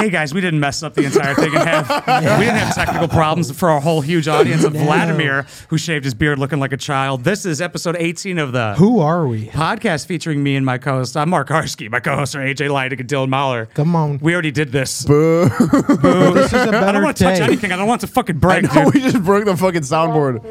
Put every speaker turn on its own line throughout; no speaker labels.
hey guys, we didn't mess up the entire thing and have we didn't have technical problems for our whole huge audience of Vladimir who shaved his beard looking like a child. This is episode 18 of the
Who are we?
podcast featuring me and my co-host. I'm Mark Harsky. My co-hosts are AJ Leidig and Dylan Mahler.
Come on.
We already did this.
This is a
I don't
better
want to touch
day.
anything. I don't want it to fucking break,
No,
dude.
we just broke the fucking soundboard.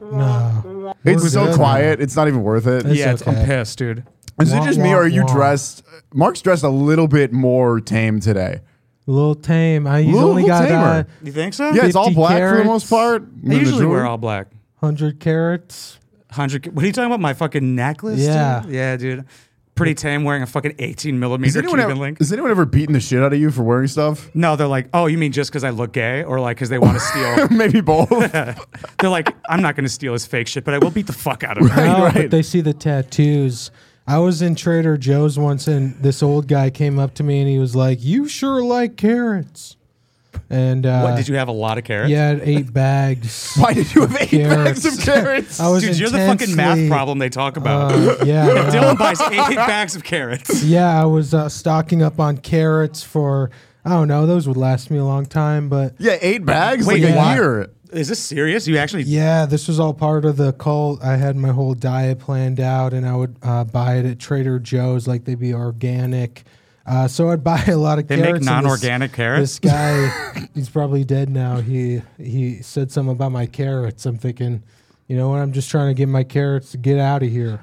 No. We're
It's so
good.
quiet. It's not even worth it.
It's
yeah, it's- I'm
okay.
pissed, dude.
Is it
Wah,
just me
wah,
or are you
wah.
dressed? Mark's dressed a little bit more tame today.
Little tame. I he's
Little
only got uh,
tamer.
You think so?
Yeah, it's all
50
black for the most
carats.
part.
I
The
usually
majority-
wear all black.
100 carats.
Hundred. What are you talking about? My fucking necklace?
Yeah.
dude? yeah, dude. Pretty tame, wearing a fucking 18
Has
millimeter
anyone,
Cuban
ever,
link.
has anyone ever beaten the shit out of you for wearing stuff?
No, they're like, oh, you mean just because I look gay, or like because they want to steal?
Maybe both.
they're like, I'm not going to steal his fake shit, but I will beat the fuck out of him.
No,
right.
but they see the tattoos. I was in Trader Joe's once and this old guy came up to me and he was like, "You sure like carrots." And uh
What? Did you have a lot of carrots?
He had eight bags.
Why did you have eight
Carrots.
bags of carrots?
I was
Dude, you're the fucking math
intensely,
problem they talk about.
uh, yeah.
Dylan buys eight bags of carrots.
Yeah, I was uh, stocking up on carrots for I don't know. Those would last me a long time, but
yeah, eight bags
Wait,
like
yeah.
a year.
Is this serious? You actually?
yeah, this was all part of the cult. I had my whole diet planned out, and I would uh, buy it at Trader Joe's, like they'd be organic. Uh, so I'd buy a lot of
They make
carrots. and this-
non-organic carrots?
This guy, he's probably dead now. He he said something about my carrots. I'm thinking, you know what? I'm just trying to get my carrots to get out of here.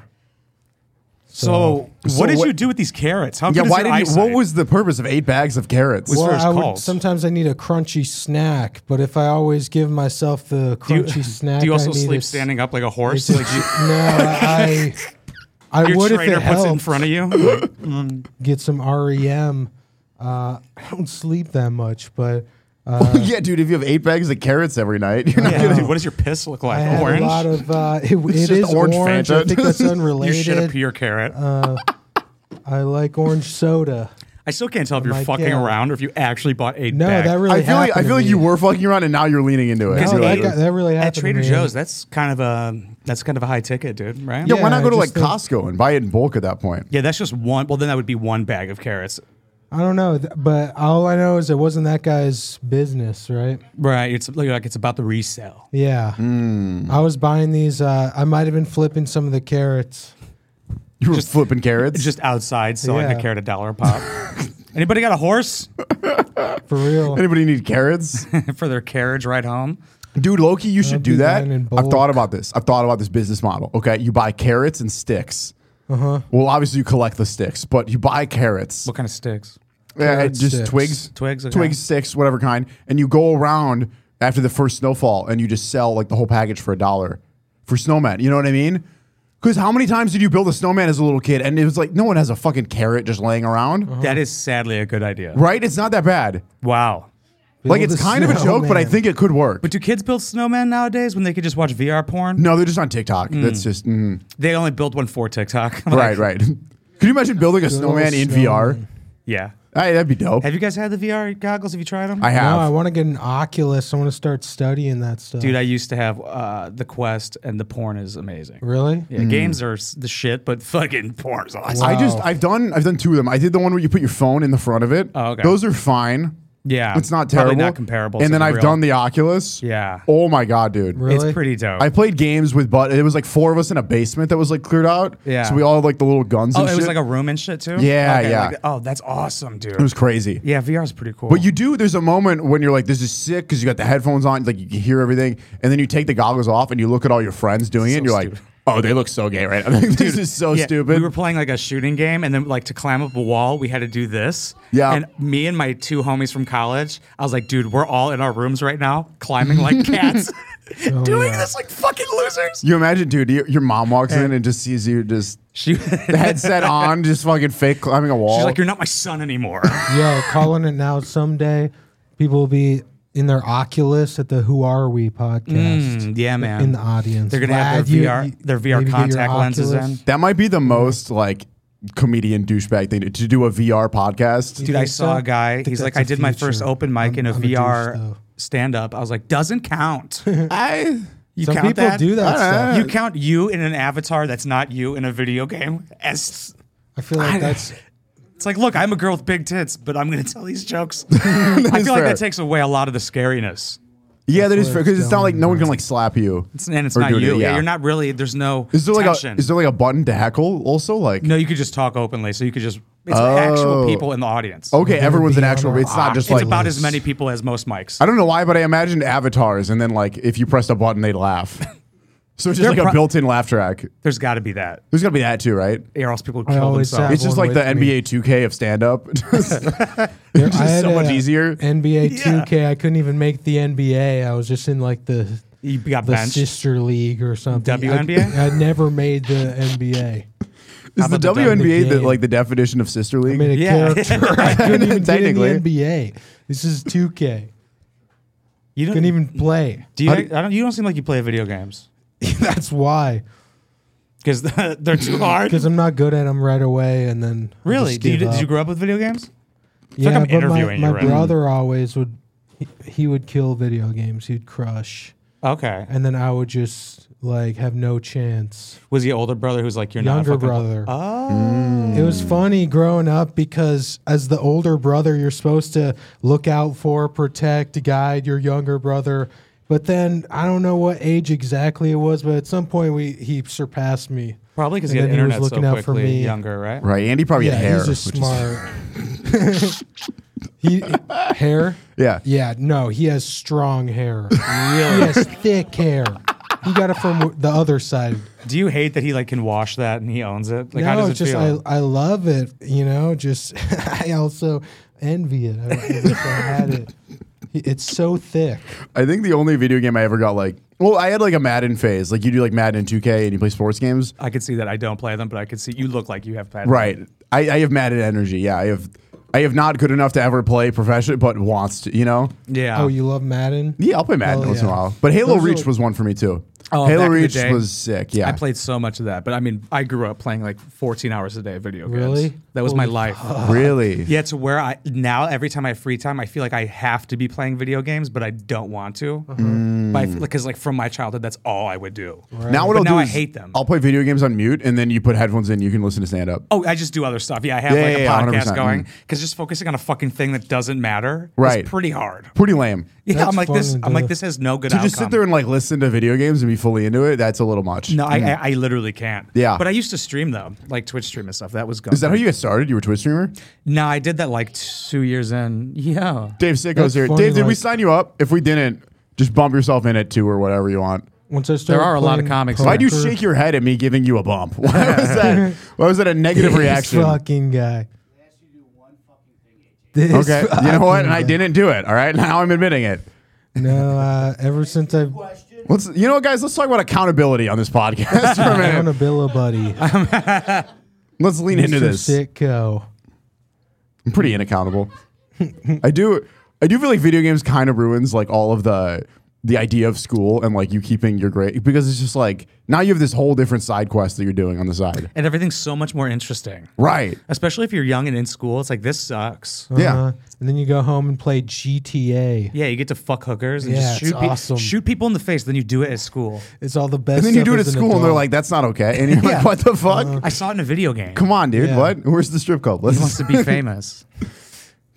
So,
So
what did
what-
you do with these carrots? How
Yeah,
good
why
is your
did you? What
eyesight?
was the purpose of eight bags of carrots?
Well, far as
I would,
calls.
sometimes I need a crunchy snack, but if I always give myself the
Do you-
crunchy snack,
Do you also
I need
sleep
is-
standing up like a
it's
horse?
just-
Like you,
no, I I
your
would if
trainer
it
puts
helped.
it in front of you. Like,
Get some REM. Uh, I don't sleep that much, but
yeah, dude, if you have eight bags of carrots every night, you're not
yeah,
gonna.
dude, what does your piss look
I
like?
had
orange.
a lot of uh, it,
It's
it
just
is
orange
orange. I
Fanta.
think that's
you shit a
unrelated.
pure carrot.
uh, I like orange soda.
I still can't tell if you're
my
fucking
God.
around or if you actually bought eight
No,
bags.
that really.
I feel like I
happened to
feel like
me.
you were fucking around and now you're leaning into it.
Because
No,
You're
that,
like-
got, that really
At
happened.
Trader
to me.
Joe's, that's kind of a that's kind of a high ticket, dude. Right?
yeah, why
Yeah,
not go
I
to like
just think-
Costco and buy it in bulk at that point?
Yeah, that's just one. Well, then that would be one bag of carrots.
I don't know, th- but all I know is it wasn't that guy's business, right?
Right. It's like it's about the resale.
Yeah.
Hmm.
I was buying these. Uh, I might have been flipping some of the carrots.
You were flipping carrots.
It's just outside selling
Yeah.
a carrot a dollar a pop. Anybody got a horse
For real.
Anybody need carrots?
for their carriage ride home?
Dude, Loki, you should
be
do that.
buying in
I've thought
bulk.
about this. I've thought about this business model. Okay, you buy carrots and sticks. Uh-huh. Well, obviously you collect the sticks, but you buy carrots,
What kind of sticks?
Yeah,
carrot
just
sticks.
twigs,
Twigs, okay.
twigs, sticks, whatever kind, and you go around after the first snowfall and you just sell like the whole package for a dollar for snowmen. You know what I mean? Because how many times did you build a snowman as a little kid and it was like no one has a fucking carrot just laying around,
That is sadly a good idea.
right? It's not that bad.
Wow.
Like
Build
it's
a
kind of a joke, but I
snowman.
think it could work.
But do kids build snowmen nowadays when they could just watch VR porn?
no, they're just on TikTok. That's just mm.
They only build one for TikTok. Like,
right, right. Could you imagine building a snowman in VR?
snowman.
Yeah.
Hey, that'd be dope.
Have you guys had the VR goggles? Have you tried them?
No,
I
I
have.
want to get an Oculus. I want to start studying that stuff.
Dude, I used to have uh, the Quest, and the porn is amazing.
really?
Yeah, games are s- the shit, but fucking porn's awesome.
Mm. I just
Wow.
I've done I've done two of them. I did the one where you put your phone in the front of it.
Oh, okay.
Those are fine.
Yeah,
It's not
probably
terrible.
not comparable to
And then
the
I've
real.
done the Oculus.
Yeah.
Oh my god, dude.
Really?
It's pretty dope.
I played games with but it was like four of us in a basement that was like cleared out.
Yeah.
So we all had like the little guns
oh,
and
it was
shit.
like a room and shit too.
Yeah, yeah.
like- oh, that's awesome, dude.
it was crazy.
yeah, VR is pretty cool.
But you do. There's a moment when you're like, "This is sick" because you got the headphones on, like you can hear everything, and then you take the goggles off and you look at all your friends doing it, and
So
you're
stupid.
like, "Oh, they look so gay, right?" I mean, this is so
Yeah,
stupid.
We were playing like a shooting game, and then like to climb up a wall, we had to do this.
Yeah.
And me and my two homies from college, I was like, dude, we're all in our rooms right now, climbing like cats,
Oh,
doing
yeah.
this like fucking losers.
you imagine, dude, your, your mom walks in and just sees you just
She,
the headset on, just fucking fake climbing a wall.
she's like, you're not my son anymore.
Yo, calling it now. Someday people will be in their Oculus at the Who Are We podcast.
Mm, yeah, man.
In the audience,
They're gonna have
Vlad,
their
you-
VR,
you-
their VR
maybe get your
contact lenses
Oculus.
in.
that might be the most like comedian douchebag thing to, to do a VR podcast.
Dude, I
think
saw
so?
a guy.
I think
He's like,
that's
I
the
did my first
future.
open mic in a
I'm- I'm a douche,
VR
though.
stand up. I was like, doesn't count.
I
You
Some
count
people
that?
do that
I don't
stuff.
know.
You count you in an avatar that's not you in a video game as
I feel like that's
It's like, look, I'm a girl with big tits, but I'm going to tell these jokes. I feel
is
like
fair.
that takes away a lot of the scariness.
Yeah, that is
where
fair
it's
because it's not
going,
like no one can like slap you.
It's, and it's
or
not
do it,
you. Yeah. you're not really. There's no
Is there like
tension.
a is there like a button to heckle also like?
no, you could just talk openly. So you could just. It's
Oh.
actual people in the audience.
Oh,
Okay, everyone's an
be on
actual.
our-
It's not just
It's
like
about as many people as most mics.
I don't know why, but I imagined avatars, and then like if you pressed a button, they'd laugh. So it's just
They're
like a
pro-
built-in laugh track.
There's got to be that,
There's gotta be that too, right?
or else people would
I
kill
always
themselves.
have-
It's just
one
like the
with me.
NBA 2K of stand-up.
There-
It's
I
just
had
so much
a
easier.
NBA
Yeah.
2K. I couldn't even make the NBA. I was just in like the
You got
the
benched.
sister league or something.
WNBA?
I, I never made the NBA.
Is the
about the dumb-
WNBA the,
the
like the definition of sister
I
league?
made a
Yeah.
character. I couldn't even get in the
Technically.
NBA. This is 2K.
you don't
Couldn't even play.
Do you?
How
I
do-
don't. You don't seem like you play video games
That's why.
because they're too hard.
Because I'm not good at them right away, and then I
Really?
just
Do you,
give
did you
up.
grow up with video games?
Yeah,
like I'm
but my-
interviewing
my,
you right now.
brother always would. He, he would kill video games. He'd crush,
Okay.
and then I would just like have no chance.
Was he older brother who's like you're
Younger
not a fucking-
brother.
Oh.
It was funny growing up because as the older brother, you're supposed to look out for, protect, guide your younger brother. But then I don't know what age exactly it was, but at some point we he surpassed me.
Probably because
And
he had
then he was
internet so
looking out
quickly.
for me.
Younger, right?
Right, Andy probably
yeah,
had hair.
he's just
which is-
smart. he hair?
yeah.
Yeah, no, he has strong hair. Really? He has thick hair. He got it from the other side.
Do you hate that he like can wash that and he owns it? Like how
no,
does it
it's just
feel?
I, I love it. You know, just I also envy it. I, I wish I had it. It's so thick.
I think the only video game I ever got like, well, I had like a Madden phase. Like you do like Madden and 2K, and you play sports games.
I, could see that I don't play them, but I could see you look like you have played.
Right. I, I have Madden energy. Yeah, I have. I have not good enough to ever play professional, but wants to. You know.
Yeah.
Oh, you love Madden?
Yeah, I'll play Madden
Hell
once in a
yeah.
while. But Halo
Those are-
Reach was one for me too.
Oh,
Halo
back in the
Reach
day.
was sick. Yeah.
I played so much of that, but I mean, I grew up playing like 14 hours a day of video games.
Really?
That was my
Holy
life.
Really?
Yeah, to where I now every time I have free time, I feel like I have to be playing video games, but I don't want to.
Uh-huh. Mm.
Because like from my childhood, that's all I would do.
Now what
But
I'll
now
do
I
is
hate them.
I'll play video games on mute, and then you put headphones in, you can listen to stand up.
Oh, I just do other stuff. Yeah, I have
Yeah,
like a
yeah, yeah,
podcast
100%,
going
mm.
because just focusing on a fucking thing that doesn't matter
Right.
is pretty hard.
Pretty lame.
Yeah,
That's
I'm like this.
fun to
I'm like
do.
this has no good
To
outcome.
just sit there and like listen to video games and be fully into it, that's a little much.
no, I, I I literally can't.
Mm. Yeah.
but I used to stream though, like Twitch stream and stuff. That was good.
Is that how you got started? You were a Twitch streamer?
No, I did that like two years in. Yeah.
Dave Sicko's
That's
here.
funny,
Dave, did we
like-
sign you up? If we didn't, just bump yourself in at two or whatever you want.
Once I started
There are a lot of
playing
comics.
poker-
Why'd you shake your head at me giving you a bump? Why was that? Why was that a negative
This
reaction?
fucking guy. This
Okay, you know
fucking
what? And I
guy.
didn't do it. All right, now I'm admitting it.
No, uh, ever since I've
Let's, you know, what, guys, let's talk about accountability on this podcast for a
on
minute.
a Billa buddy,
Let's lean into
Mr.
this.
Sitco.
I'm pretty inaccountable. I do I do feel like video games kind of ruins like all of the the idea of school and like you keeping your grade because it's just like now you have this whole different side quest that you're doing on the side.
And everything's so much more interesting.
Right.
Especially if you're young and in school, it's like this sucks.
Yeah.
Uh-huh. and then you go home and play GTA.
Yeah, you get to fuck hookers and
Yeah,
just
it's
shoot, pe-
awesome.
shoot people in the face. Then you do it at school.
It's all the best.
And then you
stuff
do it at
as an
school and they're
adult.
like, that's not okay. And you're like, what the fuck?
I saw it in a video game.
Come on, dude.
Yeah.
What? Where's the strip club?
He wants
Let's,
to be famous.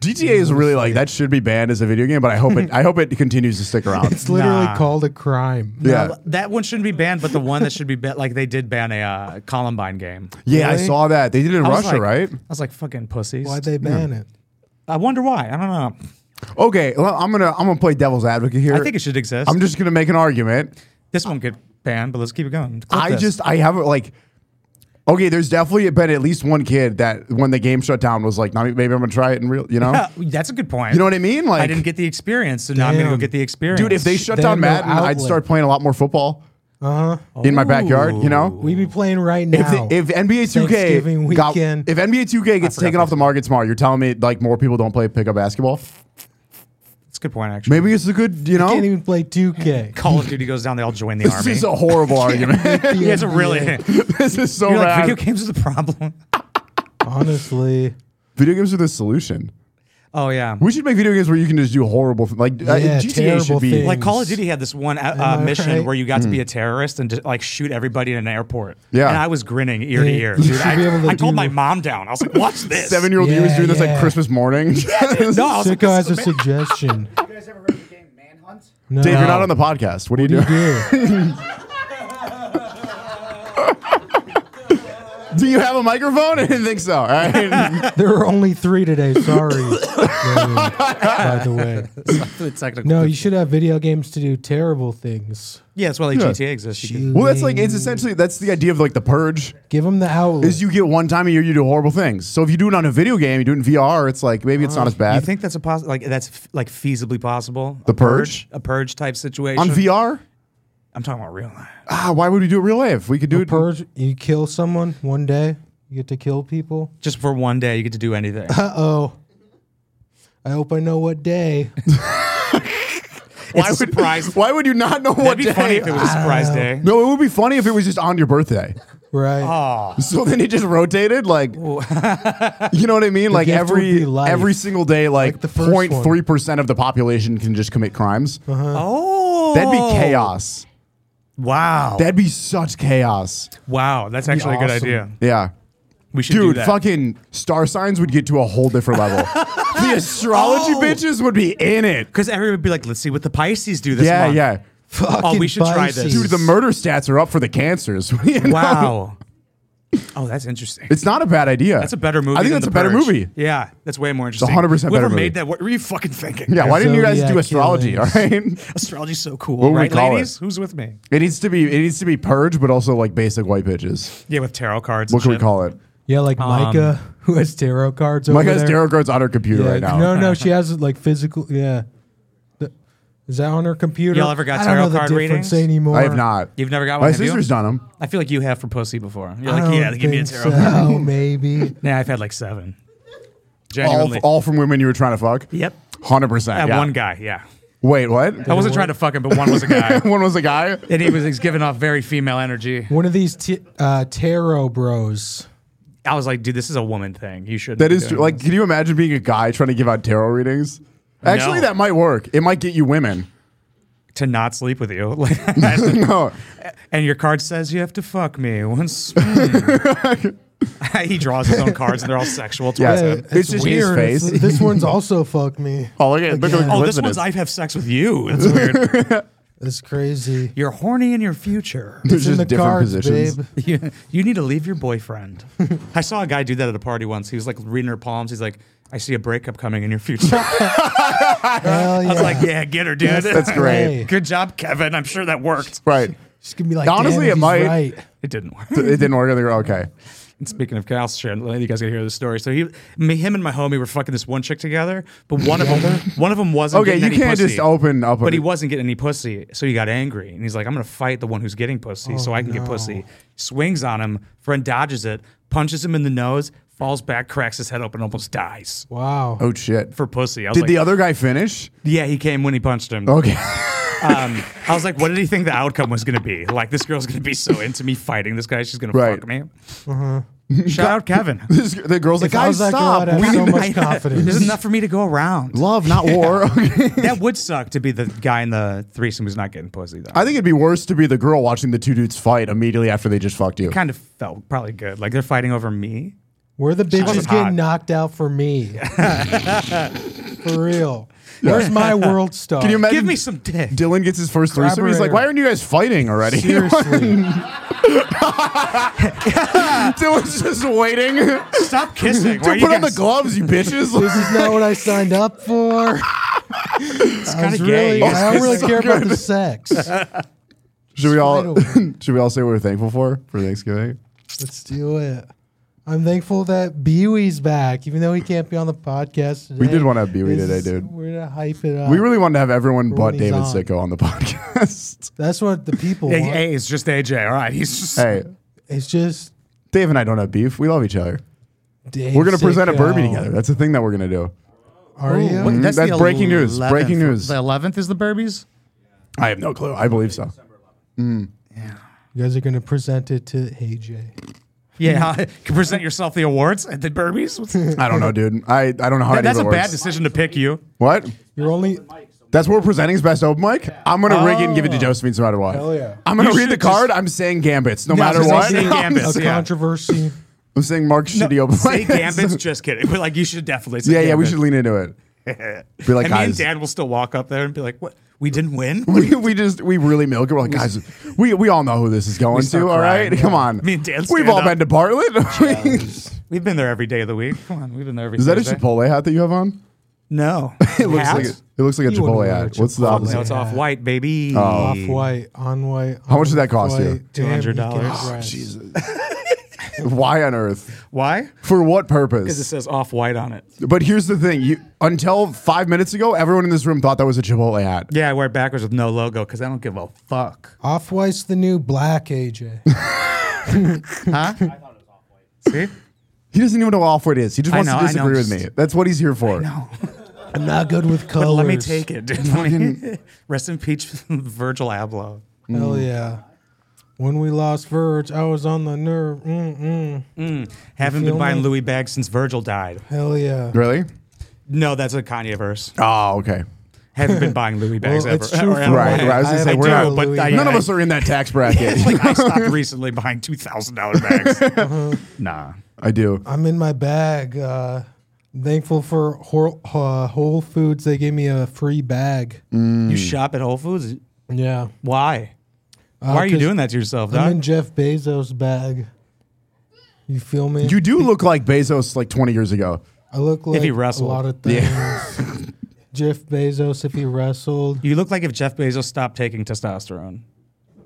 GTA is really like that should be banned as a video game, but I hope it I hope it continues to stick around.
It's literally
Nah.
called a crime.
Yeah.
that one shouldn't be banned, but the one that should be banned, like they did ban a uh, Columbine game.
Yeah, I
Really?
saw that. They did it in
I was
Russia,
like-
right?
I was like, fucking pussies.
Why'd
Hmm.
they ban it?
I wonder why. I don't know.
Okay, well, I'm gonna I'm gonna play devil's advocate here.
I think it should exist.
I'm just gonna make an argument.
this won't get banned, but let's keep it going. Clip
I
this.
just I haven't like. Okay, there's definitely been at least one kid that when the game shut down was like, "Nah, maybe I'm gonna try it in real. You know,
Yeah, that's a good point.
you know what I mean? Like,
I didn't get the experience, so now I'm gonna go
Damn.
get the experience.
dude, if they shut
They have
down
no
Madden, I'd
outlet.
start playing a lot more football in my backyard. You know,
We'd be playing right
if,
now.
the, if NBA 2K
Thanksgiving
got, if
weekend.
NBA 2K gets taken off the market tomorrow, you're telling me like more people don't play pickup basketball?
that's a good point actually.
Maybe it's a good, you know,
Can't even play 2K.
Call of Duty goes down, they all join the
this
army.
is a horrible argument.
yeah, it's a really. You're
this is so
like
bad.
video games are the problem.
Honestly,
video games are the solution.
Oh yeah.
We should make video games where you can just do horrible, th- like uh,
Yeah,
GTA should
terrible
be.
things.
like Call of Duty had this one uh,
Am
uh,
I
mission
right?
where you got to be a terrorist and just, like shoot everybody in an airport.
Hmm. Yeah.
and I was grinning ear to
Yeah,
ear.
you
Dude,
should
I,
be able to
I told
do-
my mom down. I was like, "Watch this."
Seven-year-old you was
Yeah,
doing this like
yeah.
Christmas
No,
morning.
I was like, this
Sicko has
is ama-
a suggestion.
You guys ever heard of the game Manhunt?
No.
Dave, you're not on the podcast. What are you
You
doing?
do.
Do you have a microphone? I didn't think so. All right.
There were only three today. Sorry. Dave, by the way.
The technical.
No, you should have video games to do terrible things.
Yeah, that's why like
Yeah.
GTA exists. You can-
well, that's like it's essentially that's the idea of like the purge
Give them the outlet.
is you get one time a year you do horrible things. So if you do it on a video game, you do it in VR. It's like maybe it's not as
Uh, You
bad
think that's a possi Like that's f- like feasibly possible.
The
a
purge?
a purge type situation.
on VR.
I'm talking about real life.
Ah, why would we do it real life? We could do it.
purge. You kill someone one day. You get to kill people.
Just for one day, you get to do anything.
Uh oh. I hope I know what day.
it's a surprise.
Why would you not know what
That'd be
day?
funny if it was a surprise day.
no, it would be funny if it was just on your birthday.
Right.
Oh.
So then it just rotated, like you know what I mean? Like
gift would
every
be life.
every single day, like
the first one.
03 percent of the population can just commit crimes.
Oh,
That'd be chaos.
Wow,
That'd be such chaos.
wow, that's actually a good
awesome.
idea.
Yeah.
We should do
Dude,
that.
fucking star signs would get to a whole different level. the astrology
Oh.
bitches would be in it.
Because everyone would be like, let's see what the Pisces do this
Yeah,
month.
yeah.
Oh, we
Fucking
should try this.
Pisces.
Dude, the murder stats are up for the cancers. you know?
Wow. oh, that's interesting.
It's not a bad idea.
That's a better movie.
I think
than
that's
The
a better
Purge.
movie.
Yeah, that's way more interesting.
100%
Whoever
better movie.
made that, what were you fucking thinking?
Yeah, why didn't you guys
Zodiac
do astrology?
killings.
All right.
astrology's so cool,
would we
right,
call it?
ladies? Who's with me?
It needs to be it needs to be purge, but also like basic white bitches.
Yeah, with tarot cards.
What
and
can we
shit.
call it?
Yeah, like
Um,
Micah, who has tarot cards.
Mike
over
has
there.
tarot cards on her computer
Yeah,
right now.
No, no, she has like physical. Yeah, The- is that on her computer?
Y'all ever got
I don't
tarot
know the
card readings?
difference anymore.
I have not.
You've never got
My
one, have you?
sister's done them.
I feel like you have for pussy before. You're
I
like,
don't
yeah, give me a
think
tarot. card.
So, maybe.
Yeah, I've had like seven.
All,
Genuinely.
all from women you were trying to fuck.
Yep.
Hundred percent.
That
yeah.
one guy, yeah.
Wait, what?
I wasn't trying to fuck him, but one was a guy.
one was a guy.
and he was, he was giving off very female energy.
One of these t- uh, tarot bros.
I was like, dude, this is a woman thing. You should.
That is true. Like, can you imagine being a guy trying to give out tarot readings? Actually,
No.
that might work. It might get you women.
to not sleep with you. Like,
no,
and your card says you have to fuck me once. hmm. he draws his own cards and they're all sexual towards
Yeah.
him.
Hey,
It's just his
It's-
face.
this one's also fuck me.
Oh, look at- look at-
Again.
Oh, this one's I have sex with you. It's weird.
That's crazy.
You're horny in your future.
It's
there's
in
just
the
different
cards,
positions.
babe.
You, you need to leave your boyfriend. I saw a guy do that at a party once. He was like reading her palms. He's like, I see a breakup coming in your future. I
Hell yeah.
was like, yeah, get her, dude.
That's great.
Hey.
Good job, Kevin. I'm sure that worked.
Right.
She's gonna be like, Honestly,
Honestly, it
damn, it
might.
might. Right.
It didn't work.
It didn't work. They were okay.
And speaking of Cal, Sharon, you guys gotta hear this story. So he, me, him, and my homie were fucking this one chick together, but one of them, one of them wasn't.
Okay,
getting
you
any
can't
pussy,
just open up.
But
a-
he wasn't getting any pussy, so he got angry, and he's like, "I'm gonna fight the one who's getting pussy,
Oh,
so I can get pussy." Swings on him, friend dodges it, punches him in the nose, falls back, cracks his head open, almost dies
Wow.
oh shit.
for pussy. I was
Did
like,
the other guy finish?
"Yeah, he came when he punched him."
Okay.
Um, I was like, "What did he think the outcome was gonna be? Like, this girl's gonna be so into me fighting this guy, she's gonna
Right. Uh-huh.
fuck me." Shout out Kevin.
This- the girl's like,
If I
guys,
was that girl,
stop.
I'd have
We
so
need-
much confidence.
There's enough for me to go around.
love, not war. Okay.
that would suck to be the guy in the threesome who's not getting pussy though.
I think it'd be worse to be the girl watching the two dudes fight immediately after they just fucked you.
kind of felt probably good. Like they're fighting over me.
Where the
wasn't
bitches
hot.
getting knocked out for me? for real. Where's my world star?
Can you imagine?
Give me some dick.
Dylan gets his first threesome. He's like,
Corroborator.
why aren't you guys fighting already?
Seriously.
Dylan's just waiting. Dude,
Stop kissing. Why are
put
you
on the
guys-
gloves, you bitches.
this is not what I signed up for.
It's
I,
kind
was
of gay.
really, I don't really
so
care about
good.
the sex.
should we all
Right
should we all say what we're thankful for for Thanksgiving?
Let's do it. I'm thankful that Bewee's back, even though he can't be on the podcast today.
We did wanna have Bewey
This
today,
is-
dude.
We're gonna hype it up.
We really wanted to have everyone but
Rooney's
David
on.
Sicko on the podcast.
That's what the people
Hey,
want.
hey, it's just AJ. All right, he's just.
hey,
It's just
Dave and I don't have beef. We love each other.
Dave
We're gonna present a
Sicko.
Burby together. That's the thing that we're gonna do.
Are you?
Wait,
that's
the
breaking news.
11th.
Breaking news.
The eleventh is the Burbies.
I have no clue. I believe so.
You guys are gonna present it to AJ.
Yeah, you can present yourself the awards at the Burbies. What's- That-
I don't know, dude. I, I don't know how
that's
any
a
of it
bad
works.
decision to pick you.
What?
You're only
That's what we're presenting's best open mic. I'm gonna rig it and give it to Josephine no matter what.
Hell yeah.
I'm gonna
Oh. You
read the
should
card. I'm saying gambits no,
No,
matter
just
what.
say
I'm,
gambits.
a
Yeah.
controversy.
I'm saying Mark's shitty open
Say
mic.
gambits, just kidding. But like, you should definitely say
yeah, yeah. We
Gambit.
should lean into it. Be like,
and me and
guys,
Dad will still walk up there and be like, "What? We didn't win."
we, we just we really milk it. We're like, guys, we we all know who this is going
start
to. All right,
crying, yeah.
come on.
Me and Dan
We've
stand
all
up.
been to Bartlett.
We've been there every day of the week. Come on, we've been there every.
is that a
Thursday.
Chipotle hat that you have on?
No,
It looks like a, it looks like a
You wouldn't
Chipotle
wear a
hat. What's the
No,
Chipotle
opposite?
it's
Yeah.
off white, baby.
Off white, on white.
Oh. How much did that cost you? Oh,
$200.
Jesus. Why on earth?
Why?
For what
Because it
purpose?
says off white on it.
But here's the thing: you until five minutes ago, everyone in this room thought that was a Chipotle hat.
Yeah, I wear it backwards with no logo because I don't give a fuck.
Off white's the new black AJ.
See?
He doesn't even know what off it is. He just
I
wants
know,
to
I know,
disagree with
just-
me. That's what he's here for.
No.
I'm not good with colors.
But let me take it, dude. Let me- Rest in peace, Virgil Abloh.
Mm.
Hell yeah. When we lost Verge, I was on the nerve. Mm-mm.
Haven't been
feel
buying
me?
Louis bags since Virgil died.
Hell yeah.
Really?
No, that's a Kanye verse.
Oh, okay.
Haven't been buying Louis bags
Well,
ever.
it's true
Or
for
ever.
Right, right. I was gonna
I
say
have
we're
a
not,
Louis
but
bag.
none of us are in that tax bracket.
Like I stopped recently buying two thousand dollar bags. Nah.
I do.
I'm in my bag. Uh, thankful for Hor- uh, Whole Foods. They gave me a free bag.
Mm.
You shop at Whole Foods?
Yeah.
Why?
Uh,
Why are you
'cause
doing that to yourself,
I'm in
dog?
Jeff Bezos' bag. You feel me?
You do look like Bezos like 20 years ago.
I look like
he
a
wrestled.
lot of things. Jeff Bezos, if he wrestled,
You look like if Jeff Bezos stopped taking testosterone.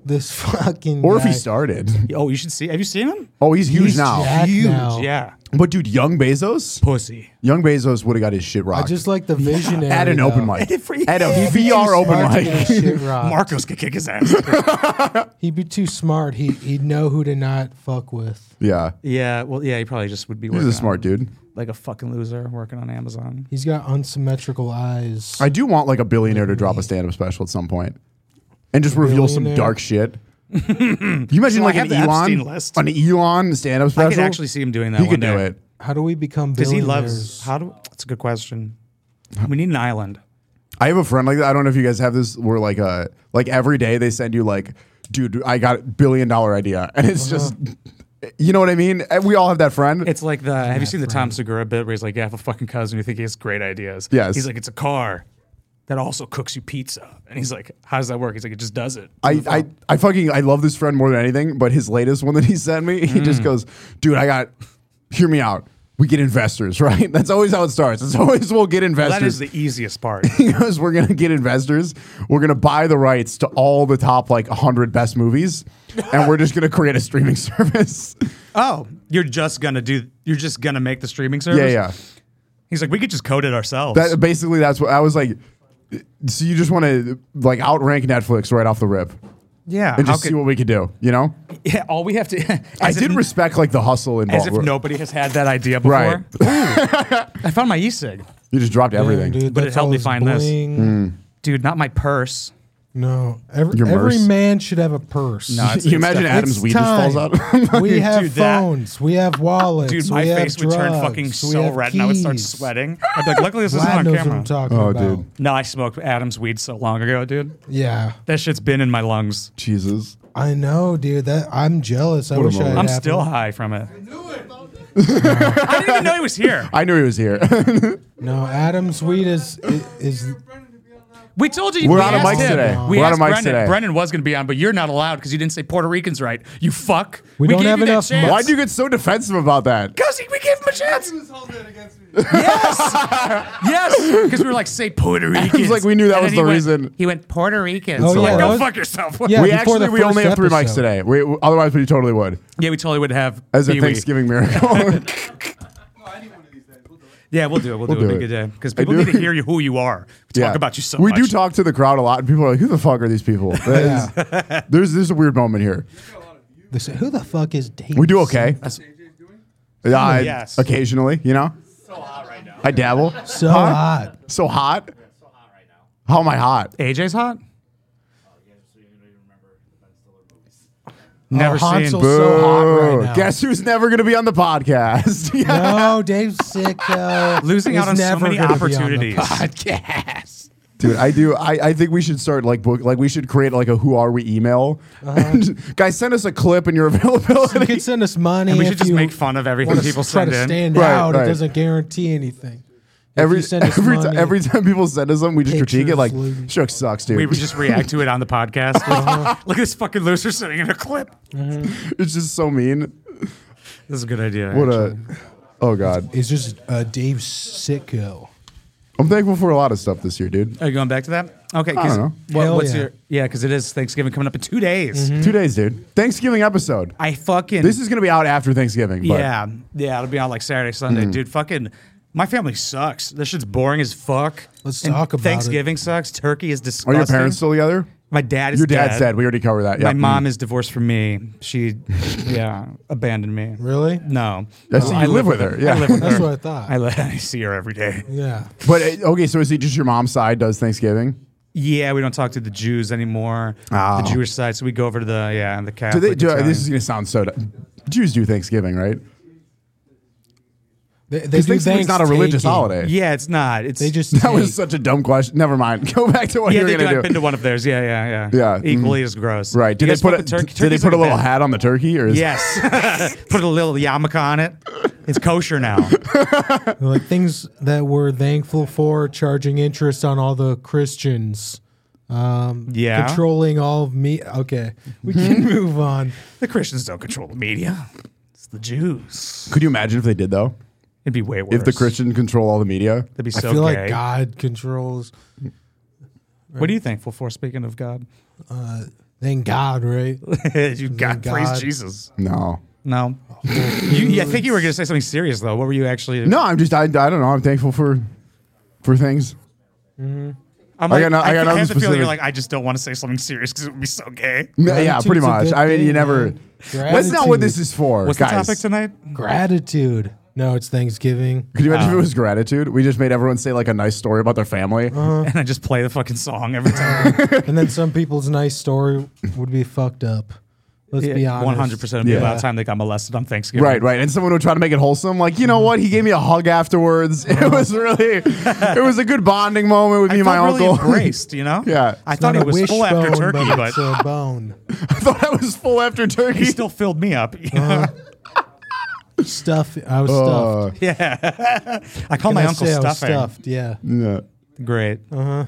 this fucking
Or if
guy.
he started.
Oh, you should see. Have you seen him?
Oh, he's huge
He's
now.
jacked
Huge.
now.
Yeah.
But dude, young Bezos,
Pussy.
young Bezos would have got his shit
I
rocked
just like the visionary
at an
though.
open mic.
Free-
At a
He'd be
Too
VR
smart to
open
get
mic.
shit rocked.
Marcos could kick his ass.
He'd be too smart. He he'd know who to not fuck with.
Yeah.
yeah. Well, yeah. He probably just would be.
He's
working
a
on-
smart dude.
like a fucking loser working on Amazon.
He's got unsymmetrical eyes.
I do want like a billionaire to
Mm-hmm.
drop a stand up special at some point and just reveal some
Billionaire?
dark shit. you imagine
Well, I
like
have
an
the
Elon,
Epstein list.
an Elon stand up
I
special?
could actually see him doing that.
he
one
could
day.
do it.
How do we become
because he
billionaires?
loves. How do? That's a good question. We need an island.
I have a friend like that. I don't know if you guys have this where like uh like every day they send you like, dude, I got a billion dollar idea. And it's just you know what I mean? And We all have that friend.
It's like the. Have you seen the Tom Segura bit where he's like, "Yeah, I have a fucking cousin who think he has great ideas."
Yes.
He's like, "It's a car that also cooks you pizza," and he's like, "How does that work?" He's like, "It just does it."
I, I, I fucking I love this friend more than anything, but his latest one that he sent me, he
Mm.
just goes, dude, I got hear me out. We get investors, right? That's always how it starts. It's always we'll get investors.
That is the easiest part.
he goes, we're gonna get investors. We're gonna buy the rights to all the top like 100 best movies, and we're just gonna create a streaming service.
oh, you're just gonna do. You're just gonna make the streaming service.
yeah, yeah.
He's like, we could just code it ourselves.
That basically that's what I was like. So you just want to like outrank Netflix right off the rip
yeah.
and
how
just see
could-
what we could do. You know,
yeah. All we have to.
I
as if
did respect like the hustle
As
involved.
if nobody has had that idea before.
Right.
Ooh, I found my e-cig.
You just dropped
Damn,
everything. Hmm.
dude,
But it
that's
helped me
all his
find this.
bling.
Dude, not my purse.
No, every,
Your
every
merce?
man should have a purse.
No, it's-
you imagine
definitely-
Adam's
It's
weed just falls
time.
out.
we have
dude, that-
phones. we have wallets.
Dude, my
we have
face would turn
drugs,
fucking
we
so
have
red and I would start
keys.
sweating. I'd be like, luckily this isn't
Vlad
on
knows what I'm
camera.
talking
Oh,
about.
dude.
No, I smoked Adam's weed so long ago, dude.
Yeah,
That shit's been in my lungs.
Jesus.
I know, dude. That I'm jealous. I
a
wish I had
moment.
I'm
Apple.
still high from it. I didn't even know he was here.
I knew he was here.
No, Adam's weed is is, is
We told you.
We're
we
out
of
asked
mics
him.
today.
We
We're out
asked
of mics
Brendan.
today.
Brendan was going to be on, but you're not allowed because you didn't say Puerto Ricans right. You fuck.
We don't
gave
have
you that
enough
chance.
mics.
Why'd you get so defensive about that?
Because we gave him a chance.
He was holding it against me.
Yes, yes. Because we were like, say Puerto Ricans.
like we knew that
And
was
then he
the
went-
reason.
He went Puerto Ricans.
Oh,
Oh,
yeah,
like,
that
go
was-
fuck yourself.
Yeah.
Yeah.
We
before
actually
the
we only
first
have three mics
episode.
today. We otherwise we totally would
we totally would have
as a
Pee Wee.
Thanksgiving miracle.
No, I need one of these days. We'll do it.
Yeah, we'll do it. We'll, do, it.
We'll do
Make
it.
a day because
I
people
do
need to
it.
hear you who you are. We talk about you so
We
much.
do talk to the crowd a lot, and people are like, "Who the fuck are these people?" That is- there's there's a weird moment here.
They say, who the fuck is Dave?
We do okay.
JJ's doing?
Yeah, I-
Yes.
occasionally, you know.
So hot right now.
I dabble.
So hot.
So hot. How
Oh,
am I hot?
AJ's hot. Never seen.
Hansel's so hot right
Boo.
now.
Guess who's never going to be on the podcast? Yeah.
no, Dave Sicko.
Losing
is
out on so
never
many
gonna be on the
opportunities.
podcast.
Dude, I do. I, I think we should start like book. Like we should create like a who are we email. Guys, send us a clip and your
You
availability.
can send us money.
And we
Uh-huh.
should
if
just
you
make fun of everything
wanna
people
s- try
send
to
in.
Stand
Right,
out.
right.
It doesn't guarantee anything. If
Every
you send us
every,
money,
ti- every time people send us something, we just critique it.
Pictures,
Like,
losing.
shook sucks, dude.
We would just react to it on the podcast. Like, Look at this fucking loser sitting in a clip.
it's just so mean.
This is a good idea.
What
actually.
a. Oh God,
it's just uh, Dave Sicko.
I'm thankful for a lot of stuff this year, dude.
Are you going back to that? Okay. 'cause
I don't
what-
Hell
what's
yeah.
your yeah? Mm-hmm. Because it is Thanksgiving coming up in two days.
Mm-hmm.
Two days, dude. Thanksgiving episode.
I fucking
This is gonna be out after Thanksgiving. But
yeah yeah. It'll be on like Saturday Sunday, dude. Fucking my family sucks. This shit's boring as fuck.
Let's talk about it.
Thanksgiving sucks. Turkey is
Are
disgusting.
your parents still together?
My dad is
Your dad's
dead.
dead. We already covered that. Yeah. mm.
My mom is divorced from me. She, yeah, abandoned me.
Really?
No.
I see
No,
you live with her. Yeah.
Oh, I live with
That's
her.
what I thought.
I, li- I see her every day.
yeah.
But uh, okay, so is it just your mom's side does Thanksgiving?
Yeah, we don't talk to the Jews anymore.
Oh.
The Jewish side, so we go over to the yeah the
Do
Catholic.
they? Do,
Italian.
this is gonna sound so. Jews do Thanksgiving, right?
They, they
Because
do
Thanksgiving's not a
Thanksgiving.
religious holiday.
yeah, it's not. It's
They just
That was
take-
such a dumb question. Never mind. Go back to what
yeah.
you were
They do.
gonna
I've
do.
been to one of theirs. Yeah, yeah, yeah.
Yeah, mm.
Equally as gross.
right? Did
You guys
they put
fuck
a,
with turkey?
did they
Turkeys
put
are
a little
bad.
hat on the turkey or is
Yes. put a little yarmulke on it. It's kosher now.
like things that we're thankful for, charging interest on all the Christians. Um,
Yeah. Mm-hmm.
Controlling all of me. Okay. We can move on.
the Christians don't control the media. It's the Jews.
Could you imagine if they did though?
It'd be way worse.
If the Christian control all the media,
That'd be
I
so
feel
gay.
like God controls.
What are you thankful for? Speaking of God,
Uh, thank God, right?
you God, praise
God.
Jesus.
no,
No, you, yeah, I think you were going to say something serious though. What were you actually?
no. I'm just I, I don't know. I'm thankful for for things.
I'm
I
like, I,
got no- I got
think-
nothing
have the feeling
specific.
you're like, I just don't want to say something serious because it would be so gay.
No, yeah,
Gratitude's
pretty
a
much.
good
I mean, you
thing,
never.
man.
That's not what this
Gratitude.
is for,
What's
guys.
the topic tonight?
Gratitude. No, it's Thanksgiving.
Could you imagine
Uh.
if it was gratitude? We just made everyone say like a nice story about their family.
And I just play the fucking song every time.
and then some people's nice story would be fucked up. Let's be honest.
One hundred percent of people
Yeah.
out of time they got molested on Thanksgiving.
Right, right. And someone would try to make it wholesome. Like, you know what? He gave me a hug afterwards. It was really, it was a good bonding moment with
Uh-huh. I
me and my
felt really
uncle.
embraced, you know.
Yeah.
I
It's
thought
not
it
a
was full after
wishbone,
turkey, but
it's a bone.
I thought I was full after turkey.
he still filled me up. you know?
Stuff. I was
Uh,
stuffed.
I call
Can
my
I
uncle
say I was
stuffing.
stuffed. Yeah.
yeah.
Great. Uh huh.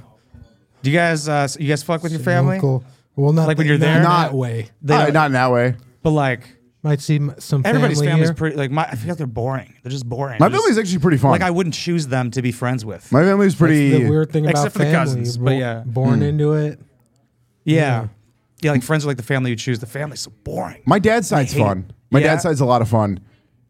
Do you guys uh, s- you guys fuck with your family?
Uncle. Well, not
Like when
that-
you're there?
Not,
Not-
that way.
They
Uh,
don't-
not in that way.
but like
Might see m- some
everybody's
family
family's
here.
pretty like my I feel like they're boring. They're just boring.
My
They're just-
family's actually pretty fun.
like I wouldn't choose them to be friends with.
my family's pretty.
the weird thing about
Except for the
family.
cousins,
you're
but
bo-
yeah.
born
Hmm.
into it.
Yeah. yeah. like friends are like the family you choose. The family's so boring.
My dad's side's
hate it.
fun. My
Yeah.
dad's side's a lot of fun.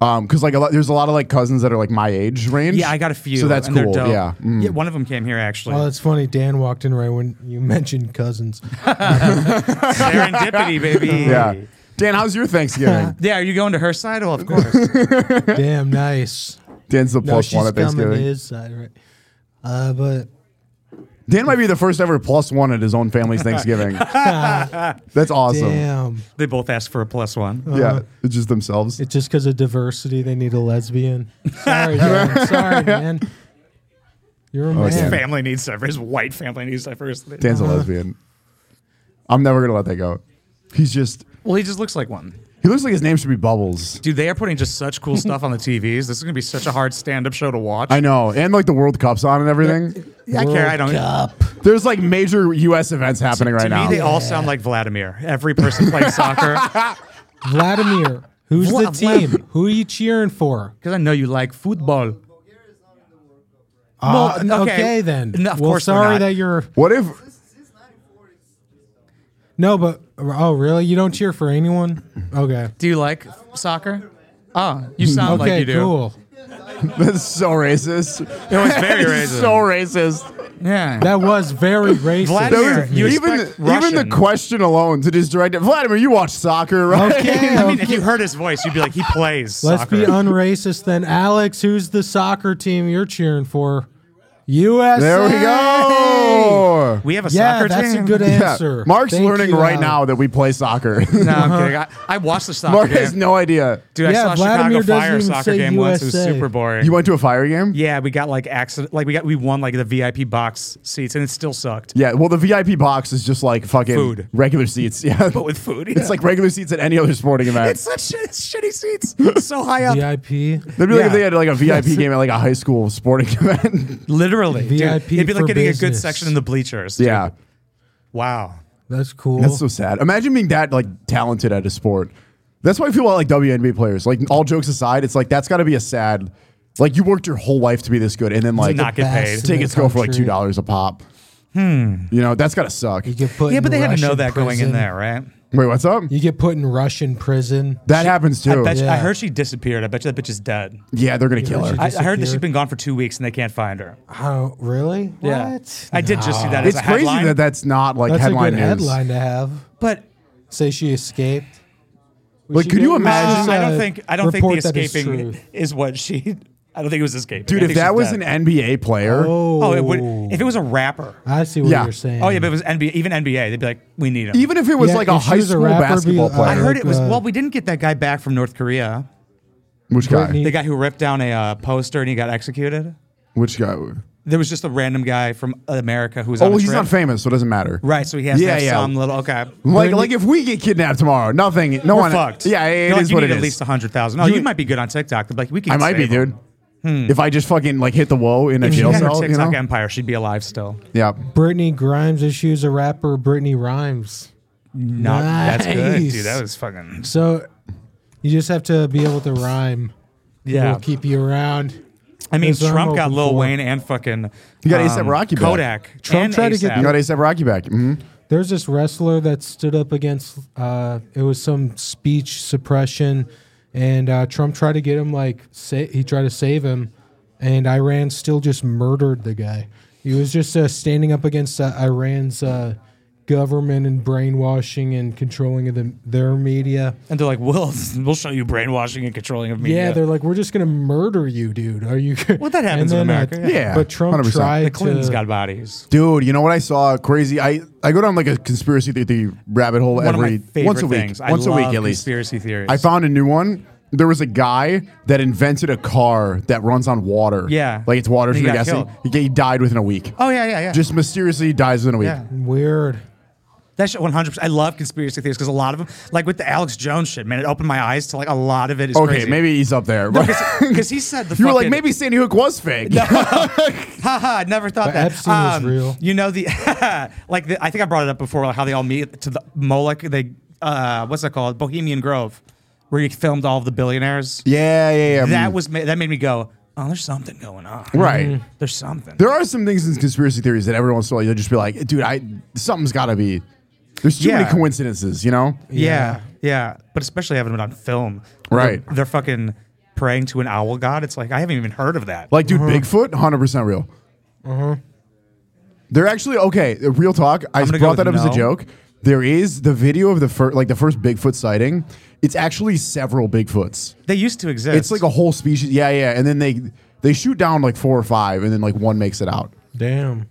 Um, cause like a lot, there's a lot of like cousins that are like my age range.
yeah, I got a few.
So that's
and they're
cool.
dope.
Yeah. Mm.
yeah. One of them came here actually.
Oh, that's funny. Dan walked in right when you mentioned cousins.
Serendipity, baby.
Yeah. Dan, how's your Thanksgiving?
Yeah, are you going to her side? Well, of course.
Damn nice.
Dan's the
No,
plus
she's
one at
coming to
Thanksgiving.
his side, right? Uh, but
Dan might be the first ever plus one at his own family's Thanksgiving. That's awesome.
damn,
they both asked for a plus one.
Yeah, it's just themselves.
it's just because of diversity they need a lesbian. Sorry, Dan. Sorry, man. You're a
Dan.
man.
Family needs diversity. His white family needs diversity.
Dan's a lesbian. I'm never gonna let that go. He's just.
Well, he just looks like one.
He looks like his name should be Bubbles.
Dude, they are putting just such cool stuff on the TVs. This is gonna be such a hard stand-up show to watch.
I know, and like the World Cup's on and everything.
Yeah, I care. I don't.
Up.
There's like major U.S. events happening right
to
now.
me, they all sound like Vladimir. Every person playing soccer.
Vladimir, who's the
Vla- Vla-
team? Who are you cheering for?
Because I know you like football.
Uh,
Well, okay.
okay. then.
No, of
well,
course we're
sorry
not.
that you're.
what if?
No, but oh, really? You don't cheer for anyone? Okay.
Do you like soccer? Ah, you sound
okay.
like you do.
cool.
That's so racist.
It was very
It's
racist.
so racist.
yeah.
That was very racist.
Vladimir-
That was-
You
even
expect
even the
Russian. question
question alone to just direct it. Vladimir, you watch soccer, right?
Okay.
I mean, if you heard his voice, you'd be like, he plays
Let's
soccer.
be unracist then. Alex, who's the soccer team you're cheering for? USA.
There we go. Sure.
We have a
Yeah,
soccer
that's a
team.
good
no,
Yeah.
answer.
Mark's
Thank
learning
you,
right
Al.
now that we play soccer.
I'm kidding. I, I watched the soccer
Mark
game.
has no idea.
Dude,
Uh-huh. Yeah,
I saw a
Vladimir
Chicago
doesn't
Fire
even
soccer
say
game once. It was
USA.
super boring.
You went to a fire game?
yeah, we got like accident, like we got we won like the VIP box seats, and it still sucked.
Yeah, well, the VIP box is just like fucking
Food.
regular seats. Yeah,
But with food, yeah.
it's like regular seats at any other sporting event.
it's such shit, it's shitty seats. so high up,
VIP.
It'd be like if
yeah.
they had like a VIP game at like a high school sporting event.
literally. dude.
VIP
it'd be like
for
getting a good
business.
section in the bleachers. dude.
yeah,
Wow.
That's cool.
that's so sad. Imagine being that like talented at a sport. That's why I feel about like WNBA players. Like all jokes aside, it's like that's got to be a sad. Like you worked your whole life to be this good, and then like
not get
best
paid.
in the
tickets go for like
country.
two dollars a pop. Hmm. You know that's got to suck.
You get put.
yeah,
in
but they had to
Russian
know that going in
prison.
there, right?
Wait, what's up?
You get put in Russian prison.
That happens
I
too.
bet. You, I
Yeah.
heard she disappeared. I bet you that bitch is dead.
yeah, they're gonna kill
bet
her.
you
I, I heard that she's
Disappeared?
been gone for two weeks and they can't find her.
How really?
Yeah.
What?
I did just see that.
It's
as a
crazy
headline,
that that's not like
That's
headline
a good
news.
headline to have.
But
Say she escaped. We
Like,
should
could you
get- we should
imagine-
just,
I don't
uh,
think. I don't think the
report that as
escaping
truth.
is what she. I don't think it was escaping.
Dude,
I
if
think she's
that was
dead.
an NBA player,
Oh,
Oh, it would, if it was a rapper.
I see what
Yeah.
you're saying.
Oh yeah, but it was NBA. Even NBA, they'd be like, we need him.
even Oh, if it was
Yeah,
like a
if she
high
was a
school
rapper, be
basketball
like-
player,
I heard it
like,
was.
uh,
well, we didn't get that guy back from North Korea.
which guy?
Britney-
The guy who ripped down a uh, poster and he got executed.
Which guy?
There was just a random guy from America who was.
Oh,
on a
well, he's
trip.
not famous, so it doesn't matter.
Right, so he has
Yeah,
to have
yeah.
some little okay.
Like, like if we get kidnapped tomorrow, nothing. No
We're
one.
fucked.
Yeah, it
You're like,
is
you
what
need
it
at
is.
least hundred thousand. Oh,
You-
you, might be good on TikTok. But like we can.
I might be,
save him.
dude. If I just fucking like hit the whoa in a
If she
jail
had her
cell,
TikTok
you know?
empire, she'd be alive still.
Yeah.
Brittany Grimes issues a rapper. Brittany Rhymes.
Not that's good,
Nice.
dude. That was fucking.
So you just have to be able to rhyme.
Yeah,
We'll keep you around.
I mean,
That's what I'm
Trump got
hoping
Lil
for.
Wayne and fucking. um,
You got A$AP Rocky back.
Kodak.
Trump
and
tried to get
A$AP.
You got ASAP Rocky back. hmm
There's this wrestler that stood up against. Uh, it was some speech suppression, and uh, Trump tried to get him like sa- he tried to save him, and Iran still just murdered the guy. He was just uh, standing up against uh, Iran's uh, government and brainwashing and controlling of the, their media.
and they're like, "We'll we'll show you brainwashing and controlling of media."
Yeah, they're like, we're just gonna murder you, dude. Are you?
Well, that happens in
And then, uh,
America,
yeah. Yeah,
but Trump
100%.
tried
the Clintons
to.
got bodies.
Dude, you know what I saw? Crazy. I, I go down like a conspiracy theory rabbit hole
One
every
of my favorite
once a week.
things. I
Once a week
love
at least.
Conspiracy theories.
I found a new one. There was a guy that invented a car that runs on water.
Yeah.
Like it's water
And
from
he
the
got
gas station. He, he died within a week.
Oh yeah, yeah, yeah.
Just mysteriously dies within a week.
yeah.
Weird.
That shit, one hundred percent. I love conspiracy theories because a lot of them, like with the Alex Jones shit, man, it opened my eyes to like a lot of it is
Okay,
crazy.
maybe he's up there.
because he said the
you were like,
fucking-
maybe Sandy Hook was fake.
haha, I never thought
But
that. Um,
Epstein was real.
You know the like the, I think I brought it up before like how they all meet to the Moloch. They uh, what's that called? Bohemian Grove, where you filmed all of the billionaires.
yeah, yeah, yeah.
That
Mm.
was Mm-hmm. ma- that made me go, oh, there's something going on.
right.
There's something.
There are some things in conspiracy theories that every once in a while you'll just be like, dude, I something's got to be. There's too many
Yeah.
coincidences, you know.
yeah, yeah. But especially having it on film.
Right.
They're, they're fucking praying to an owl god. It's like I haven't even heard of that.
Like, dude, Bigfoot, hundred percent real. Uh huh. They're actually okay. Real talk. I
Mm-hmm. gonna go
brought that up
with
as a
no.
joke. There is the video of the first, like the first Bigfoot sighting. It's actually several Bigfoots.
they used to exist.
It's like a whole species. Yeah, yeah. And then they they shoot down like four or five, and then like one makes it out.
Damn.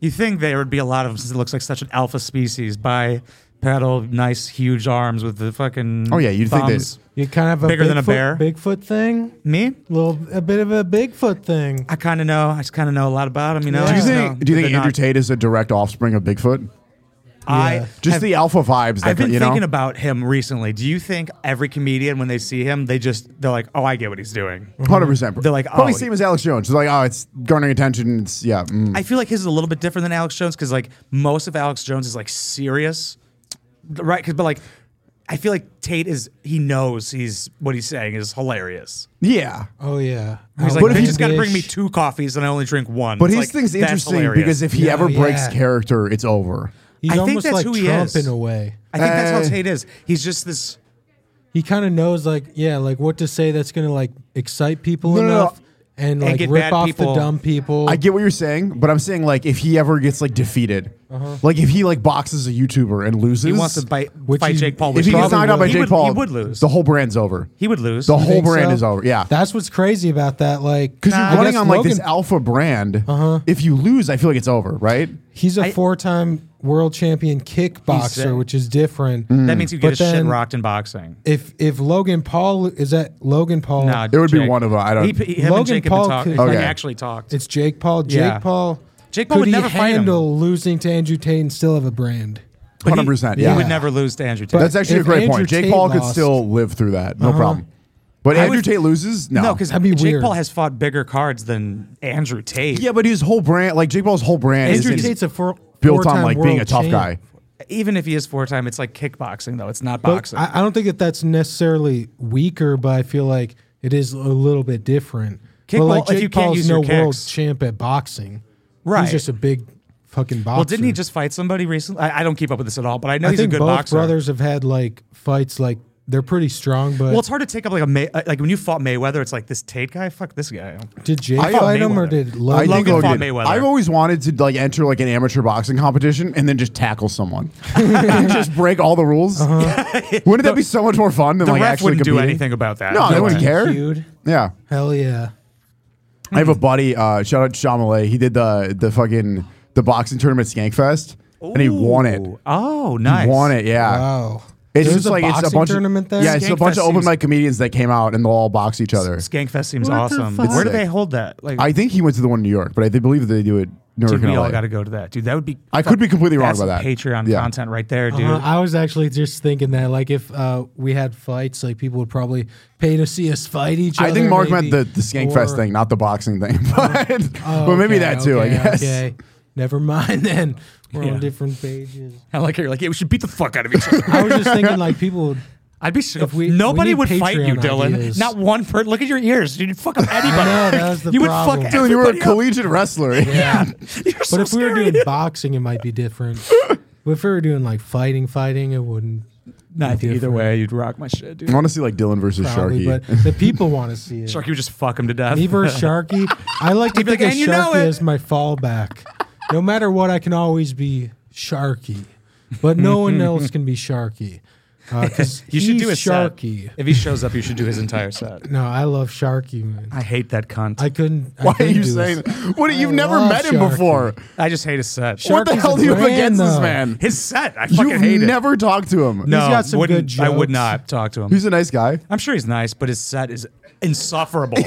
You think there would be a lot of them since it looks like such an alpha species by paddle, nice huge arms with the fucking.
Oh, yeah, you'd think
thumbs.
You kind of have a
Bigger than a
Bigfoot-
bear?
Bigfoot thing.
Me?
little a bit of a Bigfoot thing.
I kind of know. I just kind of know a lot about them. You know.
Do
I
Do you
just
think?
know
Do you think
they're not-
Andrew Tate is a direct offspring of Bigfoot?
I
Just
have,
the alpha vibes. That
I've been
you know?
thinking about him recently. Do you think every comedian when they see him, they just they're like, oh, I get what he's doing.
Hundred percent.
They're like,
probably
oh.
same as Alex Jones. It's like, oh, it's garnering attention. It's yeah. mm.
I feel like his is a little bit different than Alex Jones because like most of Alex Jones is like serious, right? 'Cause- but like. I feel like Tate is, he knows he's, what he's saying is hilarious.
yeah.
Oh yeah.
He's
Oh,
like,
But if
they
he's-
just got to bring me
bitch.
two coffees and I only drink one.
But
It's
his
like,
thing's
that's
interesting
hilarious.
because if he
No,
ever breaks
yeah.
character, it's over.
He's
I think
almost
that's
like
who he
Trump
is.
in a way.
I think that's
Uh,
how Tate is. He's just this.
He kind of knows like yeah, like what to say that's gonna like excite people
No, no, no.
enough. and like
get
rip
bad
off
people.
the dumb people.
I get what you're saying, but I'm saying like if he ever gets like defeated, like if he like boxes a YouTuber and loses,
Uh-huh. He wants to bite,
Which
fight
he-
Jake Paul.
If
which
he gets
probably
knocked out by
would.
Jake
he would,
Paul,
he would lose.
The whole brand's over.
he would lose.
The
You
whole
think
brand
so?
is over. Yeah,
That's what's crazy about that. Like,
because
Nah, I
you're running
guess
on like this
Logan-
alpha brand.
Uh-huh.
If you lose, I feel like it's over, right?
he's a
I-
four-time world champion
He's Mm. sick.
kickboxer, which is different.
that means you get his
But
shit
then-
rocked in boxing.
If if Logan Paul is that Logan Paul,
Nah,
It would be
Jake.
one of them. I don't-
He, he, him
Logan
and Jake
Paul
have been
could-
talk,
Okay.
like, actually talked.
it's Jake Paul. Jake
Yeah.
Paul.
Jake Paul
could
would
he
never fight him.
handle losing to Andrew Tate and still have a brand?
But he-
100%,
He,
yeah.
would never lose to Andrew Tate.
That's actually a
if
great
Andrew
point. Jake
Tate
Paul could
lost-
still live through that, no problem. But
Uh-huh. I
Andrew
would-
Tate loses, no,
no, because
That'd be
Jake
weird.
Paul has fought bigger cards than Andrew Tate.
yeah, but his whole brand, like Jake Paul's whole brand,
Andrew
is
Tate's a four,
built on
four-time
like being
world
a tough
champ.
guy.
Even if he is four time, it's like kickboxing though. It's not
But
boxing.
I, I don't think that that's necessarily weaker, but I feel like it is a little bit different.
Kick-
but like
well, if
Jake
you can't
Paul's
use
no
your
world
kicks.
champ at boxing.
Right.
He's just a big fucking boxer.
well, didn't he just fight somebody recently? I, I don't keep up with this at all, but I know
I
he's a
think
good
both
boxer.
brothers have had like fights like they're pretty strong, but
Well, it's hard to take up like a May- uh, like when you fought Mayweather, it's like this Tate guy. Fuck this guy.
did Jake
I thought
fight him or
Mayweather.
did
I
Logan?
think Logan fought
did.
Mayweather.
I've always wanted to like enter like an amateur boxing competition and then just tackle someone, and just break all the rules. Wouldn't that be so much more fun than
Uh-huh. The
like
ref
actually
wouldn't
competing?
do anything about that.
No, they wouldn't
Logan
care.
feud?
Yeah,
Hell yeah.
I
Hmm.
have a buddy. Uh, shout out to Shyamalan. He did the the fucking the boxing tournament Skankfest, and he won it.
Ooh. Oh, nice.
He won it. Yeah.
Wow.
It's
There's
just
a
like it's a
boxing
bunch
tournament
of,
there?
Yeah, it's a
Skankfest
bunch of open
seems-
mic comedians that came out and they'll all box each other.
Skankfest seems
What the
awesome.
fuck?
Where do
Sick.
they hold that? Like,
I think he went to the one in New York, but I did believe they do it. New York
dude,
and
we all
LA.
got to go to that, dude. That would be.
I could be completely wrong
That's
about that.
Patreon
Yeah. Uh-huh.
content right there, dude.
Uh, I was actually just thinking that, like, if uh, we had fights, like, people would probably pay to see us fight each other.
I think Mark meant the,
maybe,
the Skankfest
or-
thing, not the boxing thing. But,
Oh,
but maybe
okay,
that too, I
okay,
guess.
Okay. Never mind then. We're
Yeah.
on different pages.
I like you're like, yeah, we should beat the fuck out of each other.
I was just thinking, like, people would.
I'd be so.
If we-
nobody
we
would
need
fight
Patreon
you, Dylan.
ideas.
Not one per. Look at your ears, dude. You'd fuck up anybody.
know, that was the
you
problem.
would fuck
Dylan, you were a
everybody up.
collegiate wrestler.
Yeah. You're
But
so
if we were
scary.
doing boxing, it might be different. but if we were doing, like, fighting, fighting, it wouldn't.
Nah, I think either
different.
way, you'd rock my shit,
I
dude.
want to see like Dylan versus
Probably,
Sharky.
but the people want to see it.
Sharky would just fuck him to death.
Me versus Sharky. I like to
You'd be like,
think of
"And you know
Sharky
it."
as my fallback. No matter what, I can always be Sharky, but no one else can be Sharky. Uh, 'cause
You should do a
he's Sharky.
Set. If he shows up, you should do his entire set.
No, I love Sharky, man.
I hate that cunt.
I couldn't. I
Why are
couldn't
you
do
saying
this.
What? You've never
love
met him
Sharky.
before.
I just hate his set.
Shark-
What the
Sharky's
hell
a
do you have
brand,
against this
though.
man?
His set. I fucking
You've
hate it.
never talked to him.
No,
got some
wouldn't-
good
I would
jokes.
not talk to him.
He's a nice guy.
I'm sure he's nice, but his set is insufferable.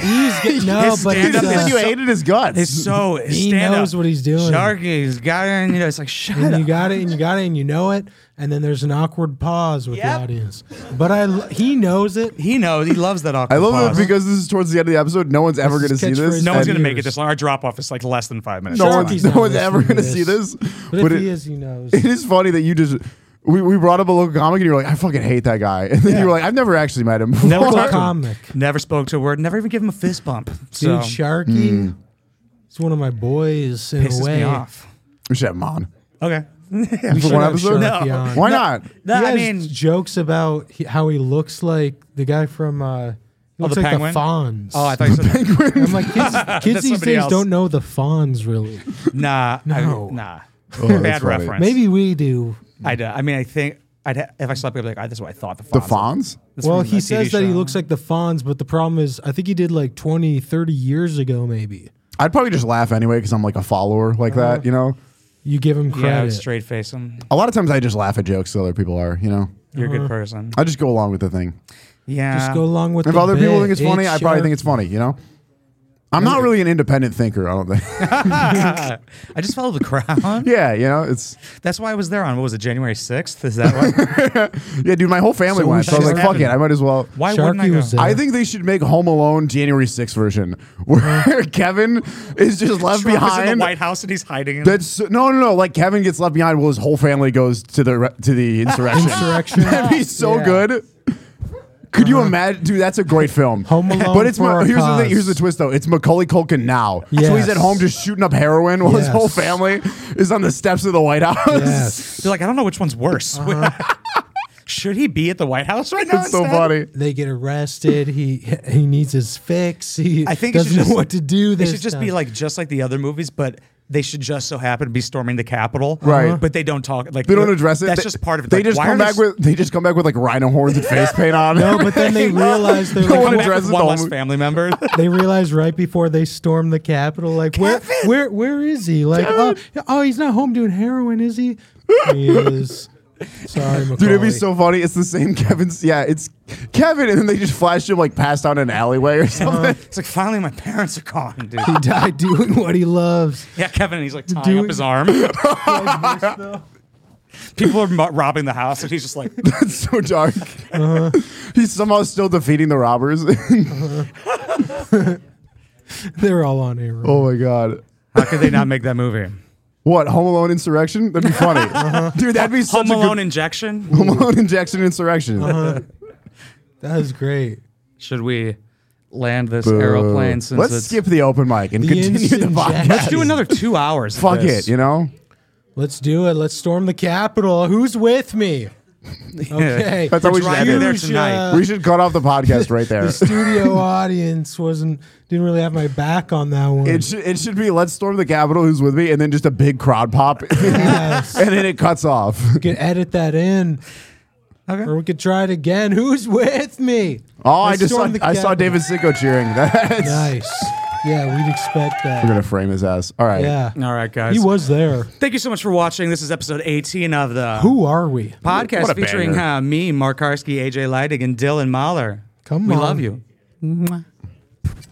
No,
His
but
stand-up
You
it's,
just said
is
you
so-
uh,
hated his guts.
It's so his
He
stand
knows what he's doing.
Sharky's got it. You know, it's like shut
and
up.
you got it, and you got it, and you know it, and then there's an awkward pause with
Yep.
the audience. But I, l- he knows it.
he knows. He loves that awkward.
I love
pause.
it because this is towards the end of the episode. No one's ever going to
This
see
is
this.
catchphrase
no one's
and
gonna make it
years.
this long. Our drop off is like less than five minutes.
No
It's
one's,
fine.
Sharky's
no
not
one's ever
listening
going
to
to see
this.
this.
But if
But
he
it,
is, he knows.
it is funny that you just. We, we brought up a local comic and you were like, I fucking hate that guy. And then you were like, I've never actually met him.
Never
before."
Local
talked to him.
comic.
Never spoke to a word. Never even gave him a fist bump. So hmm.
Dude, Sharky, he's one of my boys in
pisses
a way.
me off.
We should have him on.
Okay.
For
should
one
have
episode?
Sharky No. on.
Why not?
No,
he
I
has
mean,
jokes about he, how he looks like the guy from uh, he looks
Oh, the
like
penguin?
the Fonz.
oh, I thought you said
I'm like kids, kids these
somebody
days
else.
don't know the Fonz really.
nah,
No.
I, nah.
Oh, that's
Bad
funny.
reference.
Maybe we do.
I. I mean, I think I'd ha- if I slept, I'd be like, oh, that's what I thought. The Fonz.
The Fonz?
That's
Well,
from
he
TV
says that he
show.
looks like the Fonz, but the problem is, I think he did like 20, 30 years ago. Maybe
I'd probably just laugh anyway because I'm like a follower like
Uh-huh.
that, you know?
you give him
Yeah, I would
credit.
straight face him.
A lot of times I just laugh at jokes that other people are, you know?
You're a good person.
I just go along with the thing.
Yeah.
Uh-huh. Just go along with.
If
the
other people
bit.
think it's funny, I probably
Sharky.
think it's funny, you know? I'm not really an independent thinker, I don't think.
I just follow the crowd.
yeah, you know, it's.
That's why I was there on what was it, January sixth? Is that why?
Yeah, dude, my whole family
So we
went. So I was
should-
like, fuck it, I might as well.
Why wouldn't I
Sharky
go?
was there.
I think they should make Home Alone January 6th version where Kevin is just left
Trump is in
behind.
the White House and he's hiding. In
That's no, no, no. Like Kevin gets left behind while his whole family goes to the re- to the insurrection.
Insurrection.
That'd be so
Yeah. Uh-huh.
good. Could you imagine, dude? That's a great film.
Home Alone
but it's
for
Ma-
our
here's the
cause.
thing, here's the twist though. It's Macaulay Culkin now, so
Yes.
he's at home just shooting up heroin while his
Yes.
whole family is on the steps of the White House.
Yes.
They're like, I don't know which one's worse. should he be at the White House right now?
Uh-huh. It's so
instead?
funny.
They get arrested. He he needs his fix. He
I think it
doesn't
should
know
just-
what to do.
They
This
should just
time.
be like just like the other movies, but they should just so happen to be storming the Capitol,
Right.
But they don't talk like
They don't address it.
That's
They-
just part of it.
They
Like,
just
why
come
are
back
s-
with they just come back with like rhino horns and face paint on.
No, but then they realize they're
No
Come
one
like,
back
addresses
with one
the
less
whole-
family member.
they realize right before they storm the Capitol, like where
Kevin!
where where is he? Like oh, oh he's not home doing heroin, is he? He is. Sorry, Macaulay.
Dude, it'd be so funny. It's the same Kevin's. Yeah, it's Kevin, and then they just flash him like passed out in an alleyway
Uh-huh.
or something.
it's like finally my parents are gone, dude.
he died doing what he loves.
Yeah, Kevin, and he's like tying
Doing-
up his arm. People are mo- robbing the house, and he's just like,
That's so dark.
Uh-huh.
He's somehow still defeating the robbers.
They're all on heroin.
oh my god.
"How could they not make that movie?
What Home Alone insurrection? That'd be funny,
Uh-huh.
dude. That'd be such
Home Alone
a
injection?
good Home Alone injection insurrection.
Uh-huh. That is great.
Should we land this airplane? Since
Uh, Let's
it's-
skip the open mic and
The
continue the
instant
podcast.
jack-
Let's do another two hours. of
Fuck
this.
it, you know.
Let's do it. Let's storm the Capitol. Who's with me? Okay.
That's how
We're
we should
driving
end it.
there tonight.
uh,
we should cut off the podcast right there.
the studio audience wasn't didn't really have my back on that one.
It should it should be let's storm the Capitol. Who's with me? And then just a big crowd pop,
Yes.
and then it cuts off.
we could edit that in.
Okay.
Or we could try it again. Who's with me?
Oh, I
Let's
just saw,
storm the
I saw
Capitol.
David Sicko cheering. That's
Nice. Yeah, we'd expect
we're
that.
gonna frame his ass. All right.
Yeah.
All right, guys.
He was there.
Thank you so much for watching. This is episode 18 of the
Who are we?
podcast
What a
featuring
banger.
uh, me, Mark Karski, AJ Leidig, and Dylan Mahler.
Come
we
on.
love you.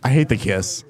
I hate the kiss.